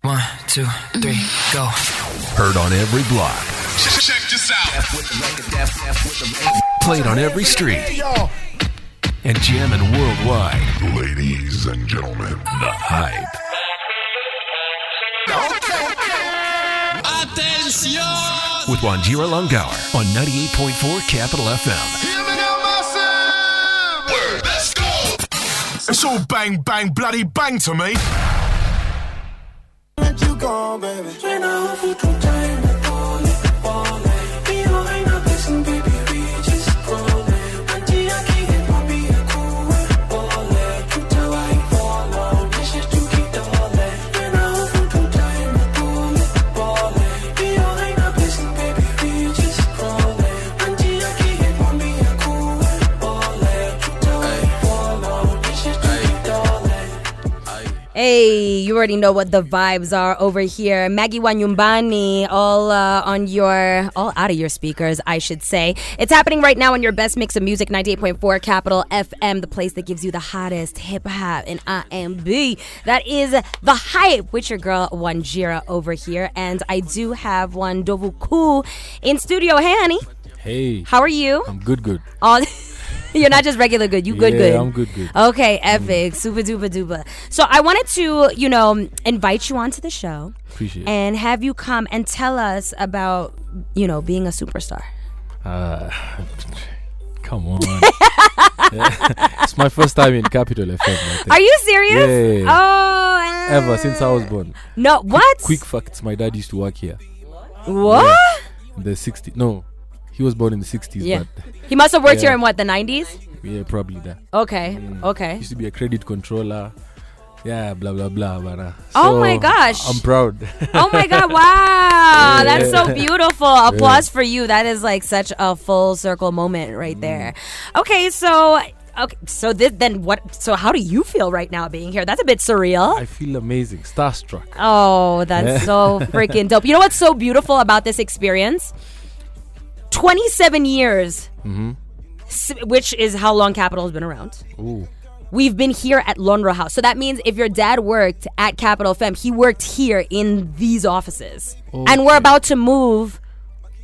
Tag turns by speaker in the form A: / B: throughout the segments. A: One, two, three, go.
B: Heard on every block.
C: Check this out.
B: Played on every street. And jamming worldwide.
D: Ladies and gentlemen,
B: The hype.
C: Attention!
B: With Wanjira Lungower on 98.4 Capital FM.
C: Let's go!
E: It's all bang, bang, bloody bang to me.
F: Hey, you already know what the vibes are over here. Maggie Wanyumbani, all uh, on your, all out of your speakers, I should say. It's happening right now on your best mix of music, 98.4 Capital FM, the place that gives you the hottest hip hop and R&B. That is the hype with your girl Wanjira over here, and I do have one Dovuku in studio. Hey, honey,
G: Hey,
F: how are you?
G: I'm good, good.
F: all you're not just regular good you good
G: Yeah,
F: good
G: I'm good, good. Mm.
F: okay epic super duper duper so i wanted to you know invite you onto the show
G: Appreciate it.
F: and have you come and tell us about you know being a superstar
G: Uh, come on. it's my first time in Capital FM. I think.
F: are you serious
G: Yeah, yeah,
F: oh uh,
G: yeah. Ever since I was born.
F: no what
G: Quick facts: My dad used to work here
F: what
G: in the '60s. No, he was born in the '60s,
F: yeah
G: but
F: he must have worked
G: Yeah.
F: here in what the 90s
G: yeah, probably that. Mm.
F: okay okay
G: Used to be a credit controller. Yeah, blah blah blah. But, uh,
F: Oh
G: so,
F: my gosh.
G: I'm proud.
F: Oh my God! Wow, that's so
G: Yeah.
F: beautiful. Applause for you. That is like such a full circle moment right
G: Mm.
F: there. Okay, so okay, so this, then what? So how do you feel right now being here? That's a bit surreal.
G: I feel amazing, starstruck.
F: Oh, that's so freaking dope. You know what's so beautiful about this experience? Twenty-seven years,
G: Mm-hmm.
F: s- which is how long Capital has been around.
G: Ooh,
F: We've been here at Londra House. So that means if your dad worked at Capital FM, he worked here in these offices. And we're about to move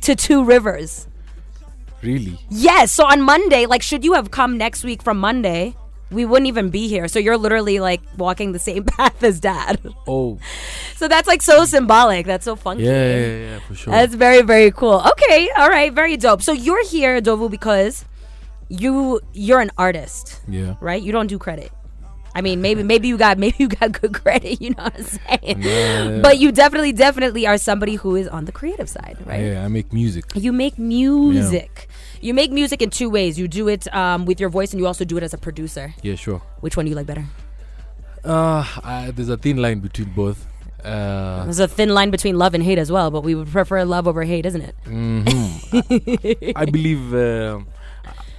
F: to Two Rivers.
G: really?
F: Yes. So on Monday, like, should you have come next week from Monday, we wouldn't even be here. So you're literally like walking the same path as dad.
G: Oh,
F: So that's like so symbolic. That's so funky.
G: yeah, yeah, yeah, yeah, for sure.
F: That's very, very cool. Okay. All right. Very dope. So you're here, Dovu, because you you're an artist
G: yeah.
F: right? You don't do credit. I mean, maybe maybe you got maybe you got good credit, you know what I'm saying?
G: Yeah.
F: But you definitely definitely are somebody who is on the creative side, right?
G: Yeah, I make music.
F: You make music. You make music in two ways. You do it um, with your voice, and you also do it as a producer.
G: Yeah, sure.
F: Which one do you like better?
G: Uh, I, there's a thin line between both. Uh,
F: There's a thin line between love and hate as well, but we would prefer love over hate, isn't it?
G: Mm. I believe um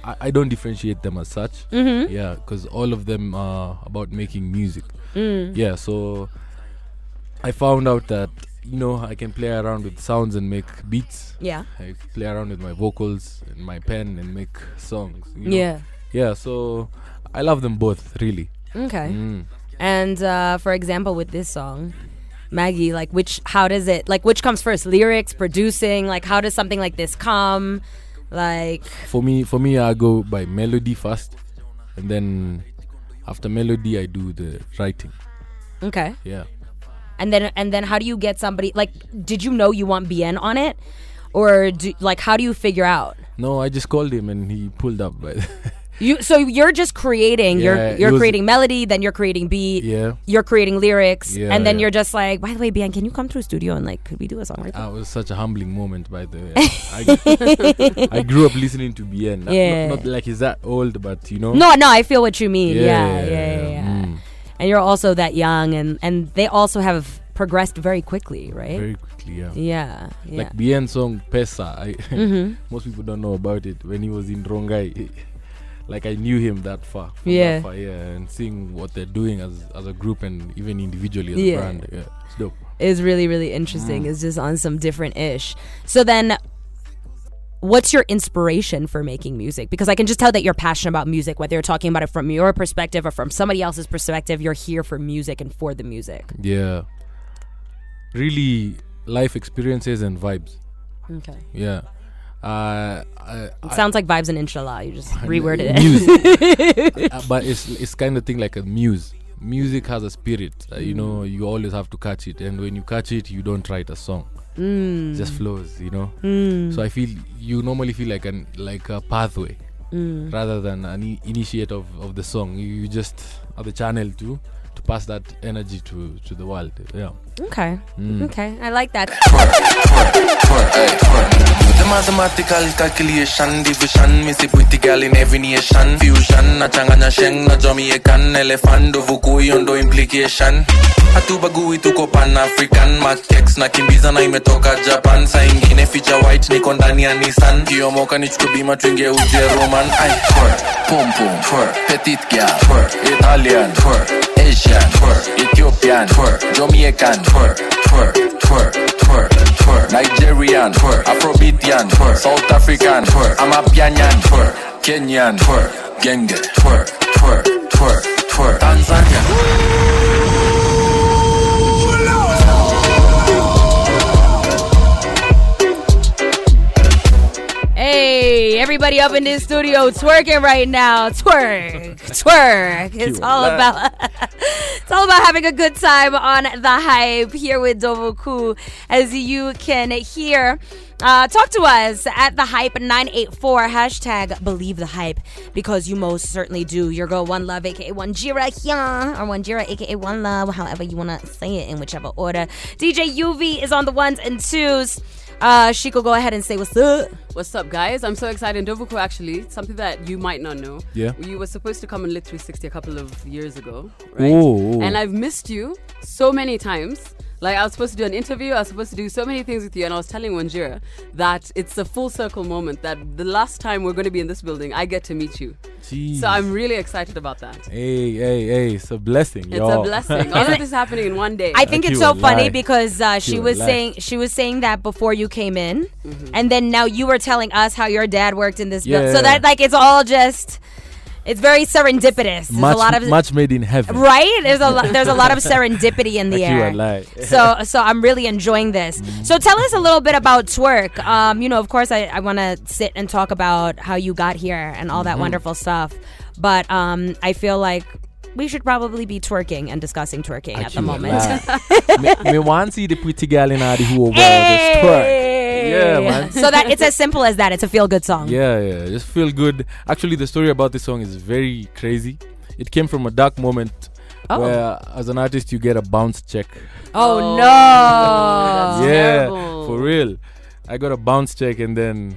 G: I, I don't differentiate them as such. Mm-hmm. Yeah, because all of them are about making music. Yeah, so I found out that you know I can play around with sounds and make beats.
F: Yeah.
G: I play around with my vocals and my pen and make songs. you know.
F: Yeah.
G: Yeah, so I love them both really.
F: Okay.
G: Mm.
F: And uh, for example, with this song, Maggie, like which, how does it, like which comes first, lyrics, producing, like how does something like this come, like
G: For me, for me, I go by melody first, and then after melody, I do the writing.
F: okay,
G: Yeah.
F: and then and then how do you get somebody like? Did you know you want BN on it, or do, like how do you figure out?
G: No, I just called him and he pulled up. But
F: You so you're just creating,
G: Yeah,
F: you're
G: it
F: you're
G: was-
F: creating melody, then you're creating beat,
G: yeah,
F: you're creating lyrics,
G: Yeah,
F: and then
G: yeah.
F: you're just like, by the way, BN, can you come through studio and like, could we do a song right now?
G: that was such a humbling moment. By the way, I, I grew up listening to BN. Not-
F: Yeah.
G: Not, not like he's that old, but you know.
F: No, no, I feel what you mean. Yeah, yeah, yeah. yeah,
G: mm,
F: and you're also that young and and they also have progressed very quickly right
G: very quickly, yeah.
F: yeah yeah Mm-hmm.
G: Like BN song Pesa. I, Most people don't know about it. When he was in Rongai, like I knew him that far. from that
F: Yeah.
G: far, yeah. And seeing what they're doing as as a group and even individually as
F: Yeah.
G: a brand, yeah, it's dope.
F: is really really
G: Hmm.
F: interesting it's just on some different ish so then what's your inspiration for making music because i can just tell that you're passionate about music whether you're talking about it from your perspective or from somebody else's perspective you're here for music and for the music
G: Yeah. really life experiences and vibes.
F: Okay.
G: Yeah. Uh, I,
F: It sounds like vibes and inshallah. You just reworded it.
G: muse. Uh, but it's it's kind of thing like a muse. Music has a spirit, uh, you know.
F: Mm.
G: You always have to catch it, and when you catch it, you don't write a song. It
F: Mm.
G: just flows, you know. So I feel you normally feel like an like a pathway
F: Mm.
G: rather than an i- initiate of, of the song. You, you just are the channel to to pass that energy to to the world. Yeah.
F: Okay.
G: Hmm.
F: Okay. I like that.
H: The mathematical calculation, division, me see pretty girl in every nation. Fusion, na changa na sheng, na Jamaican, elephant, dovukui ondo implication. Hatubagui tuko pan African, matex na kimbiza na imetoka Japan. Saa ingine feature white niko ndani ya Nissan, kiomoka nichukue bima twingie Ujerumani. Ay, twerk, pom pom, twerk, petite girl, twerk, Italian, twerk, Asian, twerk, Ethiopian, twerk, Jamaican, twerk, twerk, twerk, twerk, twerk, Nigerian, twerk, Afrobeatian, twerk, South African, twerk, Amapianyan, twerk, Kenyan, twerk, Genge, twerk, twerk, twerk, twerk, Tanzania.
F: Hey, everybody up in this studio twerking right now. Twerk, twerk. It's all about it's all about having a good time on the hype here with Dovoku. As you can hear, uh, talk to us at the hype 984 hashtag believe the hype because you most certainly do. Your girl One Love, aka One Jira, yeah, or One Jira, aka One Love, however you wanna say it in whichever order. DJ UV is on the ones and twos. Uh, she could go ahead and say what's up.
I: What's up, guys? I'm so excited. Dovuku, actually, something that you might not know.
G: Yeah.
I: You were supposed to come on Lit 360 a couple of years ago, right?
G: Oh, oh.
I: And I've missed you so many times. Like, I was supposed to do an interview, I was supposed to do so many things with you, and I was telling Wanjira that it's a full circle moment that the last time we're going to be in this building, I get to meet you.
G: Jeez.
I: So I'm really excited about that.
G: Hey, hey, hey! It's a blessing,
I: It's
G: y'all.
I: a blessing. All of this is happening in one day.
F: I think
G: Like
F: it's
G: you
F: so
G: were
F: funny
G: lying.
F: because uh, she
G: were
F: was
G: lying.
F: saying she was saying that before you came in, and then now you were telling us how your dad worked in this building. So
G: Yeah.
F: that like it's all just it's very serendipitous. There's
G: much,
F: a lot of
G: much made in heaven.
F: right. There's a lot, there's a lot of serendipity in the
G: Like you
F: air.
G: were lying.
F: so so I'm really enjoying this. So tell us a little bit about twerk. Um, you know, of course, I, I want to sit and talk about how you got here and all that
G: Mm-hmm.
F: wonderful stuff, but um, I feel like. We should probably be twerking and discussing twerking at the moment.
G: me, me want see the pretty girl in Adi who over
F: Hey!
G: this twerk. Yeah, man.
F: So that it's as simple as that. It's a feel good song.
G: Yeah, yeah. Just feel good. Actually, the story about this song is very crazy. It came from a dark moment
F: Oh.
G: where, as an artist, you get a bounce check.
F: Oh,
I: that's
F: no.
G: yeah,
I: terrible.
G: for real. I got a bounce check and then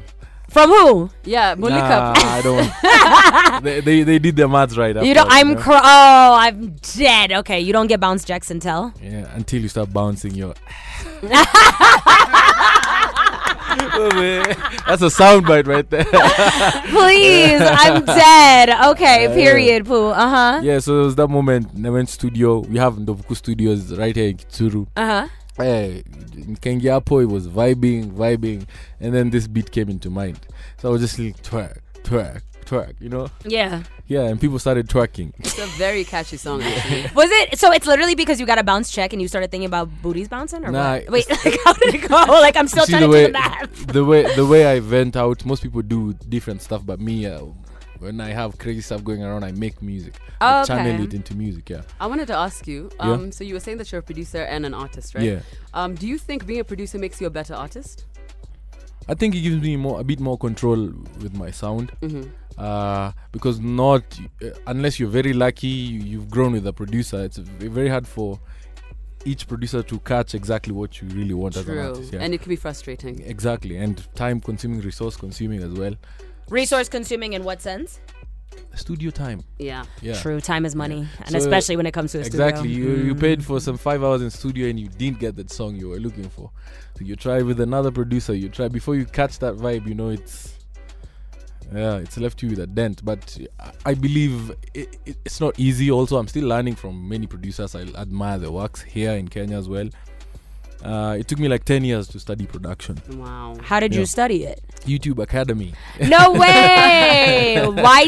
F: From who?
I: Yeah,
G: nah,
I: Molika.
G: I don't. they, they they did their maths right.
F: You
G: after,
F: don't. I'm.
G: know?
F: Cr- oh, I'm dead. Okay, you don't get bounce jacks until.
G: Yeah, until you start bouncing your. Oh, man. That's a soundbite right there.
F: Please, I'm dead. Okay, period. Poo. Uh huh.
G: yeah, so it was that moment. I went studio. We have Ndobuku Studios right here in Kitsuru.
F: Uh huh.
G: eh, Kengi hapo it was vibing, vibing, and then this beat came into mind. So I was just like twerk, twerk, twerk, you know?
F: Yeah.
G: Yeah, and people started twerking.
I: It's a very catchy song, actually.
F: Was it? So it's literally because you got a bounce check and you started thinking about booties bouncing, or
G: Nah,
F: what? Wait, like, how did it go? Like I'm still
G: See
F: trying
G: the
F: to
G: way
F: do the math.
G: the way the way I vent out. Most people do different stuff, but me. Uh, when I have crazy stuff going around, I make music. I
F: Oh, Okay.
G: channel it into music, yeah.
I: I wanted to ask you. Um, So you were saying that you're a producer and an artist, right?
G: Yeah.
I: Um, do you think being a producer makes you a better artist?
G: I think it gives me more a bit more control with my sound.
I: Mm-hmm.
G: Uh, because not uh, unless you're very lucky, you, you've grown with a producer. It's v- very hard for each producer to catch exactly what you really want as an artist. Yeah.
I: And it can be frustrating.
G: exactly, and time-consuming, resource-consuming as well.
F: Resource consuming in what sense?
G: Studio time.
I: Yeah.
G: Yeah.
F: True, time is money, and
G: So-
F: especially when it comes to Mm. a
G: Exactly.
F: studio.
G: You you paid for some five hours in studio and you didn't get that song you were looking for. So you try with another producer. You try before you catch that vibe. You know it's yeah, it's left you with a dent. But I- I believe it, it, it's not easy. Also, I'm still learning from many producers. I admire the works here in Kenya as well. Uh, it took me like 10 years to study production.
I: Wow.
F: How did
G: Yeah.
F: you study it?
G: YouTube Academy.
F: No way!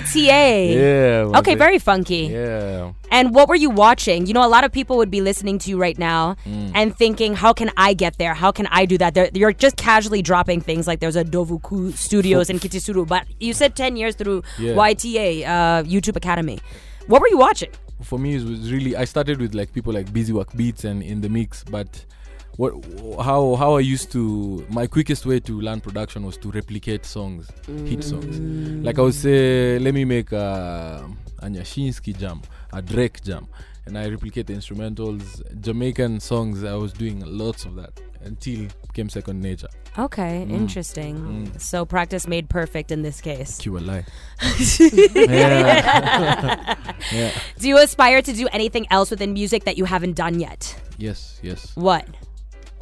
F: YTA.
G: Yeah. man,
F: okay,
G: they-
F: very funky.
G: Yeah.
F: And what were you watching? You know, a lot of people would be listening to you right now
G: Mm.
F: and thinking, how can I get there? How can I do that? They're, you're just casually dropping things like there's a Dovuku Studios in Kitisuru, but you said 10 years through
G: Yeah.
F: YTA, uh, YouTube Academy. What were you watching?
G: For me, it was really. I started with like people like Busy Work Beats and In the Mix, but what how how I used to my quickest way to learn production was to replicate songs, hit songs. Like I would say, let me make a, a Nyashinsky jam, a Drake jam, and I replicate the instrumentals, Jamaican songs. I was doing lots of that until it became second nature.
F: Okay,
G: Mm.
F: interesting. So practice made perfect in this case.
G: QLI.
F: Do you aspire to do anything else within music that you haven't done yet?
G: Yes, yes.
F: What?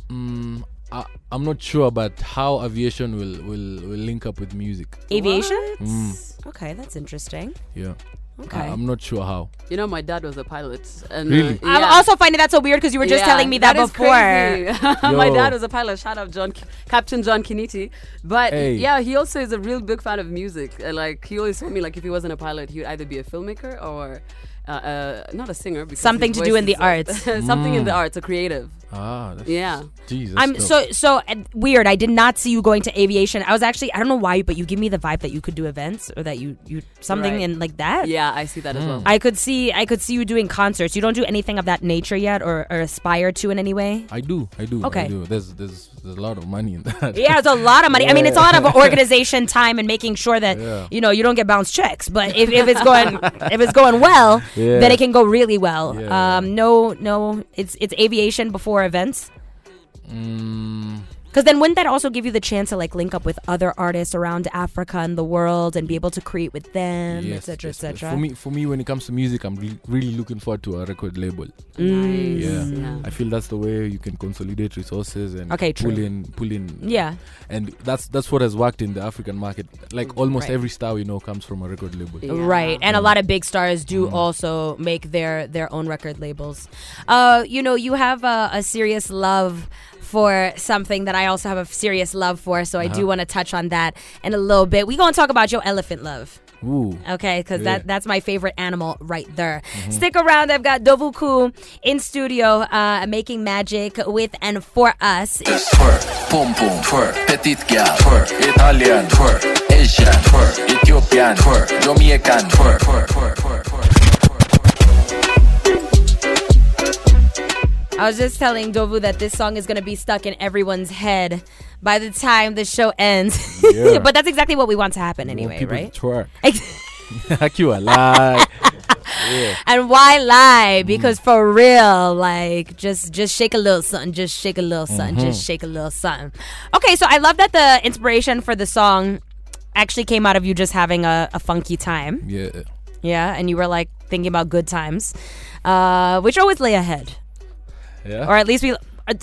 G: Mm, I, I'm not sure, but how aviation will, will, will link up with music.
F: Aviation?
G: Mm.
F: Okay, that's interesting.
G: Yeah.
F: Okay.
G: I, am not sure how.
I: You know, my dad was a pilot. And,
G: Really?
I: uh,
F: I'm
I: yeah.
F: also finding that so weird because you were just
I: Yeah,
F: telling me that,
I: is
F: before.
I: crazy. My
G: Yo.
I: dad was a pilot. Shout out John, Captain John Kiniti. But
G: Hey.
I: yeah, he also is a real big fan of music. Uh, Like he always told me, like if he wasn't a pilot, he would either be a filmmaker or uh, uh, not a singer. Because
F: Something
I: his
F: to do in
I: voice
F: the
I: is- uh, something
G: Mm.
I: in the arts, a creative.
G: Ah, that's,
I: Yeah.
G: Jesus.
F: I'm so so uh, weird. I did not see you going to aviation. I was actually I don't know why, but you give me the vibe that you could do events or that you you something
I: Right.
F: in like that.
I: Yeah, I see
G: Mm.
I: that as well.
F: I could see I could see you doing concerts. You don't do anything of that nature yet or, or aspire to in any way.
G: I do, I do,
F: Okay. Um,
G: I do. There's there's there's a lot of money in that.
F: Yeah, it's a lot of money. I mean, it's a lot of organization time and making sure that
G: Yeah.
F: you know you don't get bounced checks. But if, if it's going if it's going well,
G: Yeah.
F: then it can go really well.
G: Yeah.
F: Um, no, no, it's it's aviation before events.
G: Mm.
F: Because then wouldn't that also give you the chance to like link up with other artists around Africa and the world and be able to create with them,
G: Yes,
F: etc.,
G: yes, yes.
F: etc.
G: For me, for me, when it comes to music, I'm re- really looking forward to a record label.
I: Nice.
G: Yeah.
I: Yeah.
G: I feel that's the way you can consolidate resources and
F: Mm, Okay,
G: pull
F: true.
G: in, pull in.
F: Yeah.
G: and that's that's what has worked in the African market. Like almost
F: Mm, Right.
G: every star we know comes from a record label.
F: Right, and a lot of big stars do also make their their own record labels. Uh, you know, you have a, a serious love for something that I also have a serious love for, so I do want to touch on that in a little bit. We gonna talk about your elephant love.
G: Ooh.
F: Okay, because
G: Yeah.
F: that that's my favorite animal right there. Stick around. I've got Dovuku in studio uh, making magic with and for us.
H: Just twerk, pom pom, twerk, petite gal, twerk, Italian, twerk, Asian, twerk, Ethiopian, twerk, Jamaican, twerk, twerk, twerk, twerk, twerk, twerk, twerk.
F: I was just telling Dovu that this song is going to be stuck in everyone's head by the time the show ends.
G: Yeah.
F: but that's exactly what we want to happen
G: I want
F: anyway,
G: people
F: right?
G: to twerk. you a lie.
F: and why lie? Because for real, like just just shake a little something, just shake a little something,
G: Mm-hmm.
F: just shake a little something. Okay, so I love that the inspiration for the song actually came out of you just having a, a funky time.
G: Yeah.
F: Yeah, and you were like thinking about good times, uh, which always lay ahead,
G: Yeah.
F: or at least we.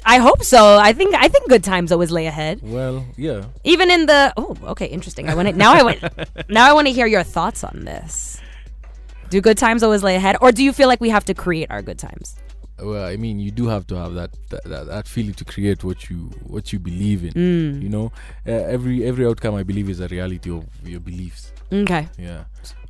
F: I hope so. I think I think good times always lay ahead.
G: Well, yeah.
F: even in the oh okay interesting i want to now i want now i want to hear your thoughts on this do good times always lay ahead or do you feel like we have to create our good times
G: well i mean you do have to have that that, that, that feeling to create what you what you believe in
F: Mm.
G: you know uh, every every outcome i believe is a reality of your beliefs
F: okay
G: yeah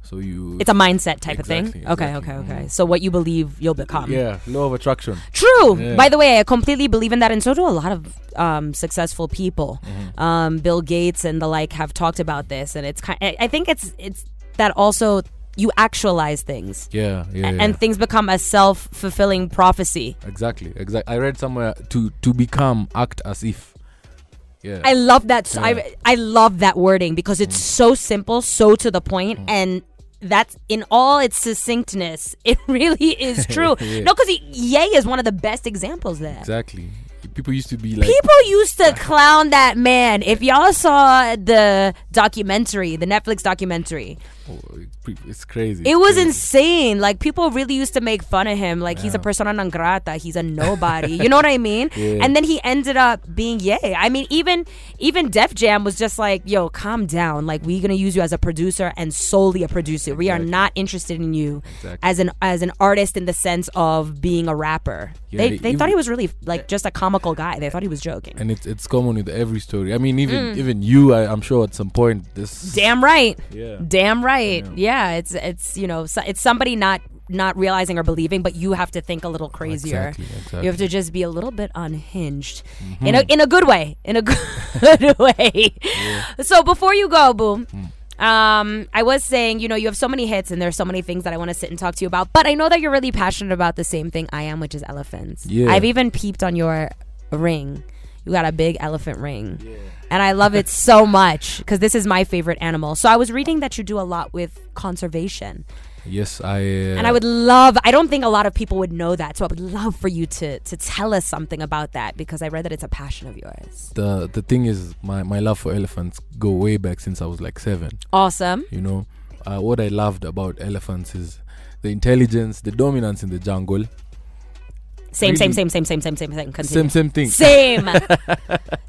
G: so you
F: it's a mindset type of thing
G: Exactly,
F: okay okay
G: exactly.
F: okay so what you believe you'll become
G: yeah law of attraction
F: true
G: Yeah.
F: by the way i completely believe in that and so do a lot of um, successful people
G: Mm-hmm.
F: um, bill gates and the like have talked about this and it's kind I i think it's it's that also you actualize things
G: yeah yeah, yeah.
F: and things become a self-fulfilling prophecy
G: exactly exactly i read somewhere to to become act as if yeah
F: I love that. s I I
G: Yeah.
F: love that wording because it's so simple, so to the point,
G: Mm-hmm.
F: and that's in all its succinctness. It really is true.
G: Yeah.
F: No, because Ye is one of the best examples there.
G: exactly people used to be like
F: People used to clown that man. If y'all saw the documentary, the Netflix documentary,
G: it's pre- oh, it's crazy.
F: It was
G: crazy.
F: insane. Like people really used to make fun of him. Like he's a persona non grata. He's a nobody. you know what I mean?
G: Yeah.
F: And then he ended up being yay. I mean, even even Def Jam was just like, "Yo, calm down. Like we're gonna use you as a producer and solely a producer. We are not interested in you
G: Exactly.
F: as an as an artist in the sense of being a rapper."
G: Yeah,
F: they
G: they-
F: they thought
G: even-
F: he was really like just a comical guy. They thought he was joking.
G: and it's it's common with every story. I mean, even even you, I, I'm sure at some point this.
F: Mm. Damn right.
G: Yeah.
F: Damn right. Yeah. It's it's you know so, it's somebody not not realizing or believing, but you have to think a little crazier.
G: Exactly,
F: You have
G: exactly. Mm-hmm.
F: to just be a little bit unhinged, in a in a good way, in a good way. So before you go, boom. Um, I was saying, you know, you have so many hits, and there's so many things that I want to sit and talk to you about. But I know that you're really passionate about the same thing I am, which is elephants.
G: Yeah.
F: I've even peeped on your ring. You got a big elephant ring. And I love it so much because this is my favorite animal. So I was reading that you do a lot with conservation.
G: Yes, I. Uh,
F: And I would love, I don't think a lot of people would know that. So I would love for you to, to tell us something about that because I read that it's a passion of yours.
G: The the thing is, my my love for elephants go way back since I was like seven.
F: Awesome.
G: You know, uh, what I loved about elephants is the intelligence, the dominance in the jungle.
F: Same, same,
G: Really?
F: same, same, same, same, same, same. Continue.
G: Same same thing.
F: Same.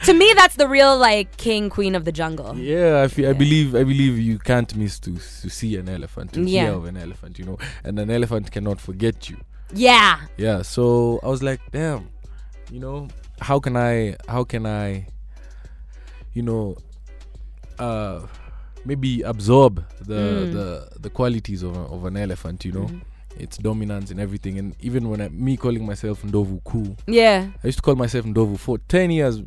F: to me, that's the real like king, queen of the jungle.
G: Yeah, I, feel, I believe I believe you can't miss to to see an elephant, to
F: Yeah.
G: hear of an elephant, you know, and an elephant cannot forget you.
F: Yeah.
G: Yeah, so I was like, damn, you know, how can I, how can I, you know, uh, maybe absorb the the the qualities of, a, of an elephant, you know, its dominance and everything, and even when I, me calling myself Ndovu Ku,
F: Yeah.
G: I used to call myself Ndovu for ten years.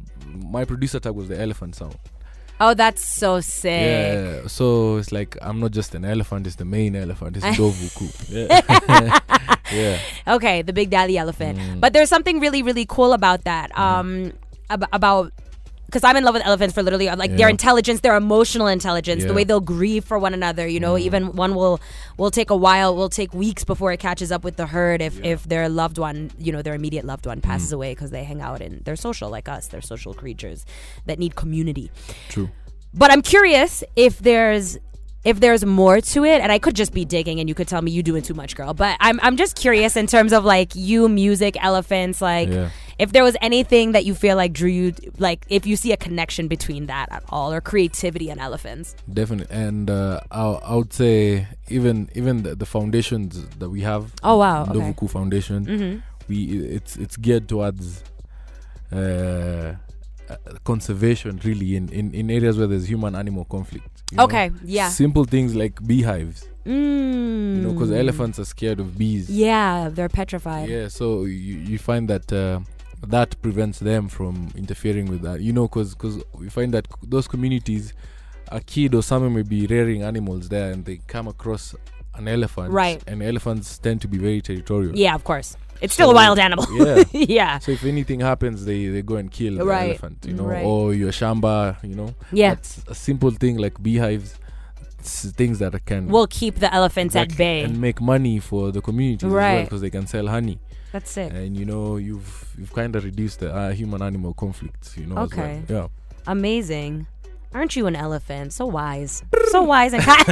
G: My producer tag was the elephant sound.
F: Oh, that's so sick.
G: Yeah, so it's like I'm not just an elephant; it's the main elephant. It's Ndovu Ku. Yeah. yeah.
F: Okay, the big daddy elephant.
G: Mm.
F: But there's something really, really cool about that. Um, ab- about because I'm in love with elephants for literally uh, like their
G: Yeah.
F: intelligence, their emotional intelligence, the
G: Yeah. Mm.
F: way they'll grieve for one another. You know, even one will will take a while, will take weeks before it catches up with the herd if if their loved one, you know, their immediate loved one
G: Mm.
F: passes away because they hang out and they're social like us. They're social creatures that need community.
G: True.
F: But I'm curious if there's if there's more to it, and I could just be digging, and you could tell me you doing too much, girl. But I'm I'm just curious in terms of like you, music, elephants, like
G: Yeah.
F: if there was anything that you feel like drew you, like if you see a connection between that at all, or creativity and elephants.
G: Definitely, and uh, I, I would say even even the, the foundations that we have.
F: Oh, wow, okay. Mm-hmm.
G: Dovuku Foundation. We it's it's geared towards uh, uh, conservation, really, in, in in areas where there's human animal conflict. you know?
F: Okay, yeah.
G: Simple things like beehives,
F: Mm.
G: you know, because elephants are scared of bees.
F: yeah, they're petrified.
G: Yeah, so you, you find that uh, that prevents them from interfering with that. You know, because we find that c- those communities, a kid or someone may be rearing animals there and they come across an elephant.
F: Right.
G: And elephants tend to be very territorial.
F: Yeah, of course. It's still a
G: So-
F: wild animal.
G: yeah.
F: yeah.
G: So if anything happens, they, they go and kill the
F: Right,
G: elephant, you know,
F: right.
G: or your shamba, you know.
F: Yeah.
G: That's a simple thing like beehives, s- things that can
F: We'll keep the elephants at
G: like,
F: bay.
G: and make money for the community
F: Right.
G: because they can sell honey
F: That's sick.
G: and you know you've you've kind of reduced the uh, human animal conflict you know as well.
F: Okay.
G: yeah
F: Amazing. Aren't you an elephant? So wise. So wise and kind.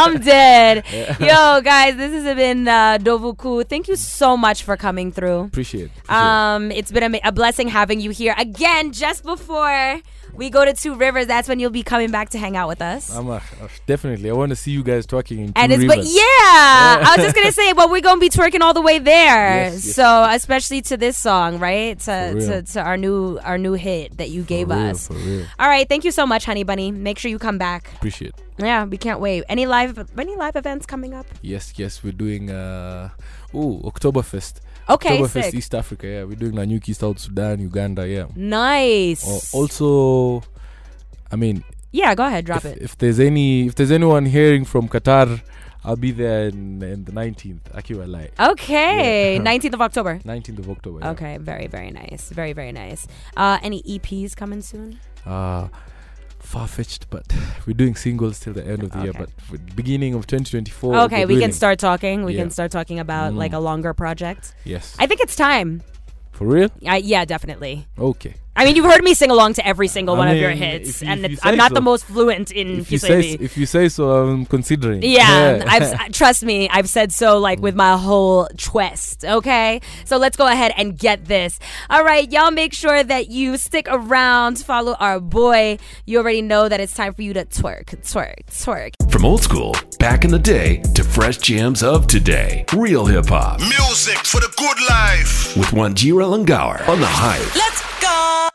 F: I'm dead. Yo, guys, this has been uh, Dovuku. Thank you so much for coming through.
G: appreciate, appreciate.
F: Um, it's been a, a blessing having you here again. Just before we go to Two Rivers, that's when you'll be coming back to hang out with us.
G: I'm, uh, uh, definitely i want to see you guys talking in
F: And
G: two
F: it's but
G: rivers.
F: yeah, I was just gonna say, but we're gonna be twerking all the way there.
G: Yes, yes.
F: So especially to this song, right? To,
G: For real.
F: to to our new our new hit that you gave
G: for real,
F: us.
G: for real
F: All right, thank you so much, honey bunny. Make sure you come back.
G: appreciate
F: Yeah, we can't wait. Any live any live events coming up?
G: yes yes we're doing uh oh oktoberfest
F: Okay,
G: oktoberfest
F: sick.
G: east africa yeah we're doing nanyuki south sudan uganda yeah
F: Nice.
G: Or also i mean
F: yeah, go ahead, drop
G: if,
F: it.
G: if there's any if there's anyone hearing from qatar i'll be there in, in the 19th akiwa like
F: Okay, nineteenth of October.
G: 19th of october yeah.
F: Okay, very very nice, very very nice. Uh, any EPs coming soon?
G: uh, far fetched, but we're doing singles till the end of the year.
F: Okay.
G: But for the beginning of 2024.
F: Okay, we can
G: Oh, we're building.
F: start talking. We can
G: Yeah. Mm.
F: start talking about like a longer project.
G: Yes.
F: I think it's time.
G: for real?
F: I, yeah, definitely.
G: Okay.
F: I mean, you've heard me sing along to every single
G: I
F: one of your
G: mean,
F: hits,
G: if you-
F: and
G: if you
F: it's, I'm
G: say
F: not
G: so.
F: the most fluent in
G: If you say
F: Kiswahili.
G: s- if you say so, I'm considering.
F: Yeah, I've s- trust me, I've said so like with my whole twist. Okay, so let's go ahead and get this. All right, y'all, make sure that you stick around, follow our boy. You already know that it's time for you to twerk, twerk, twerk.
B: From old school, back in the day, to fresh jams of today. Real hip hop
C: Music for the good life.
B: with Wanjira Langour on the hype.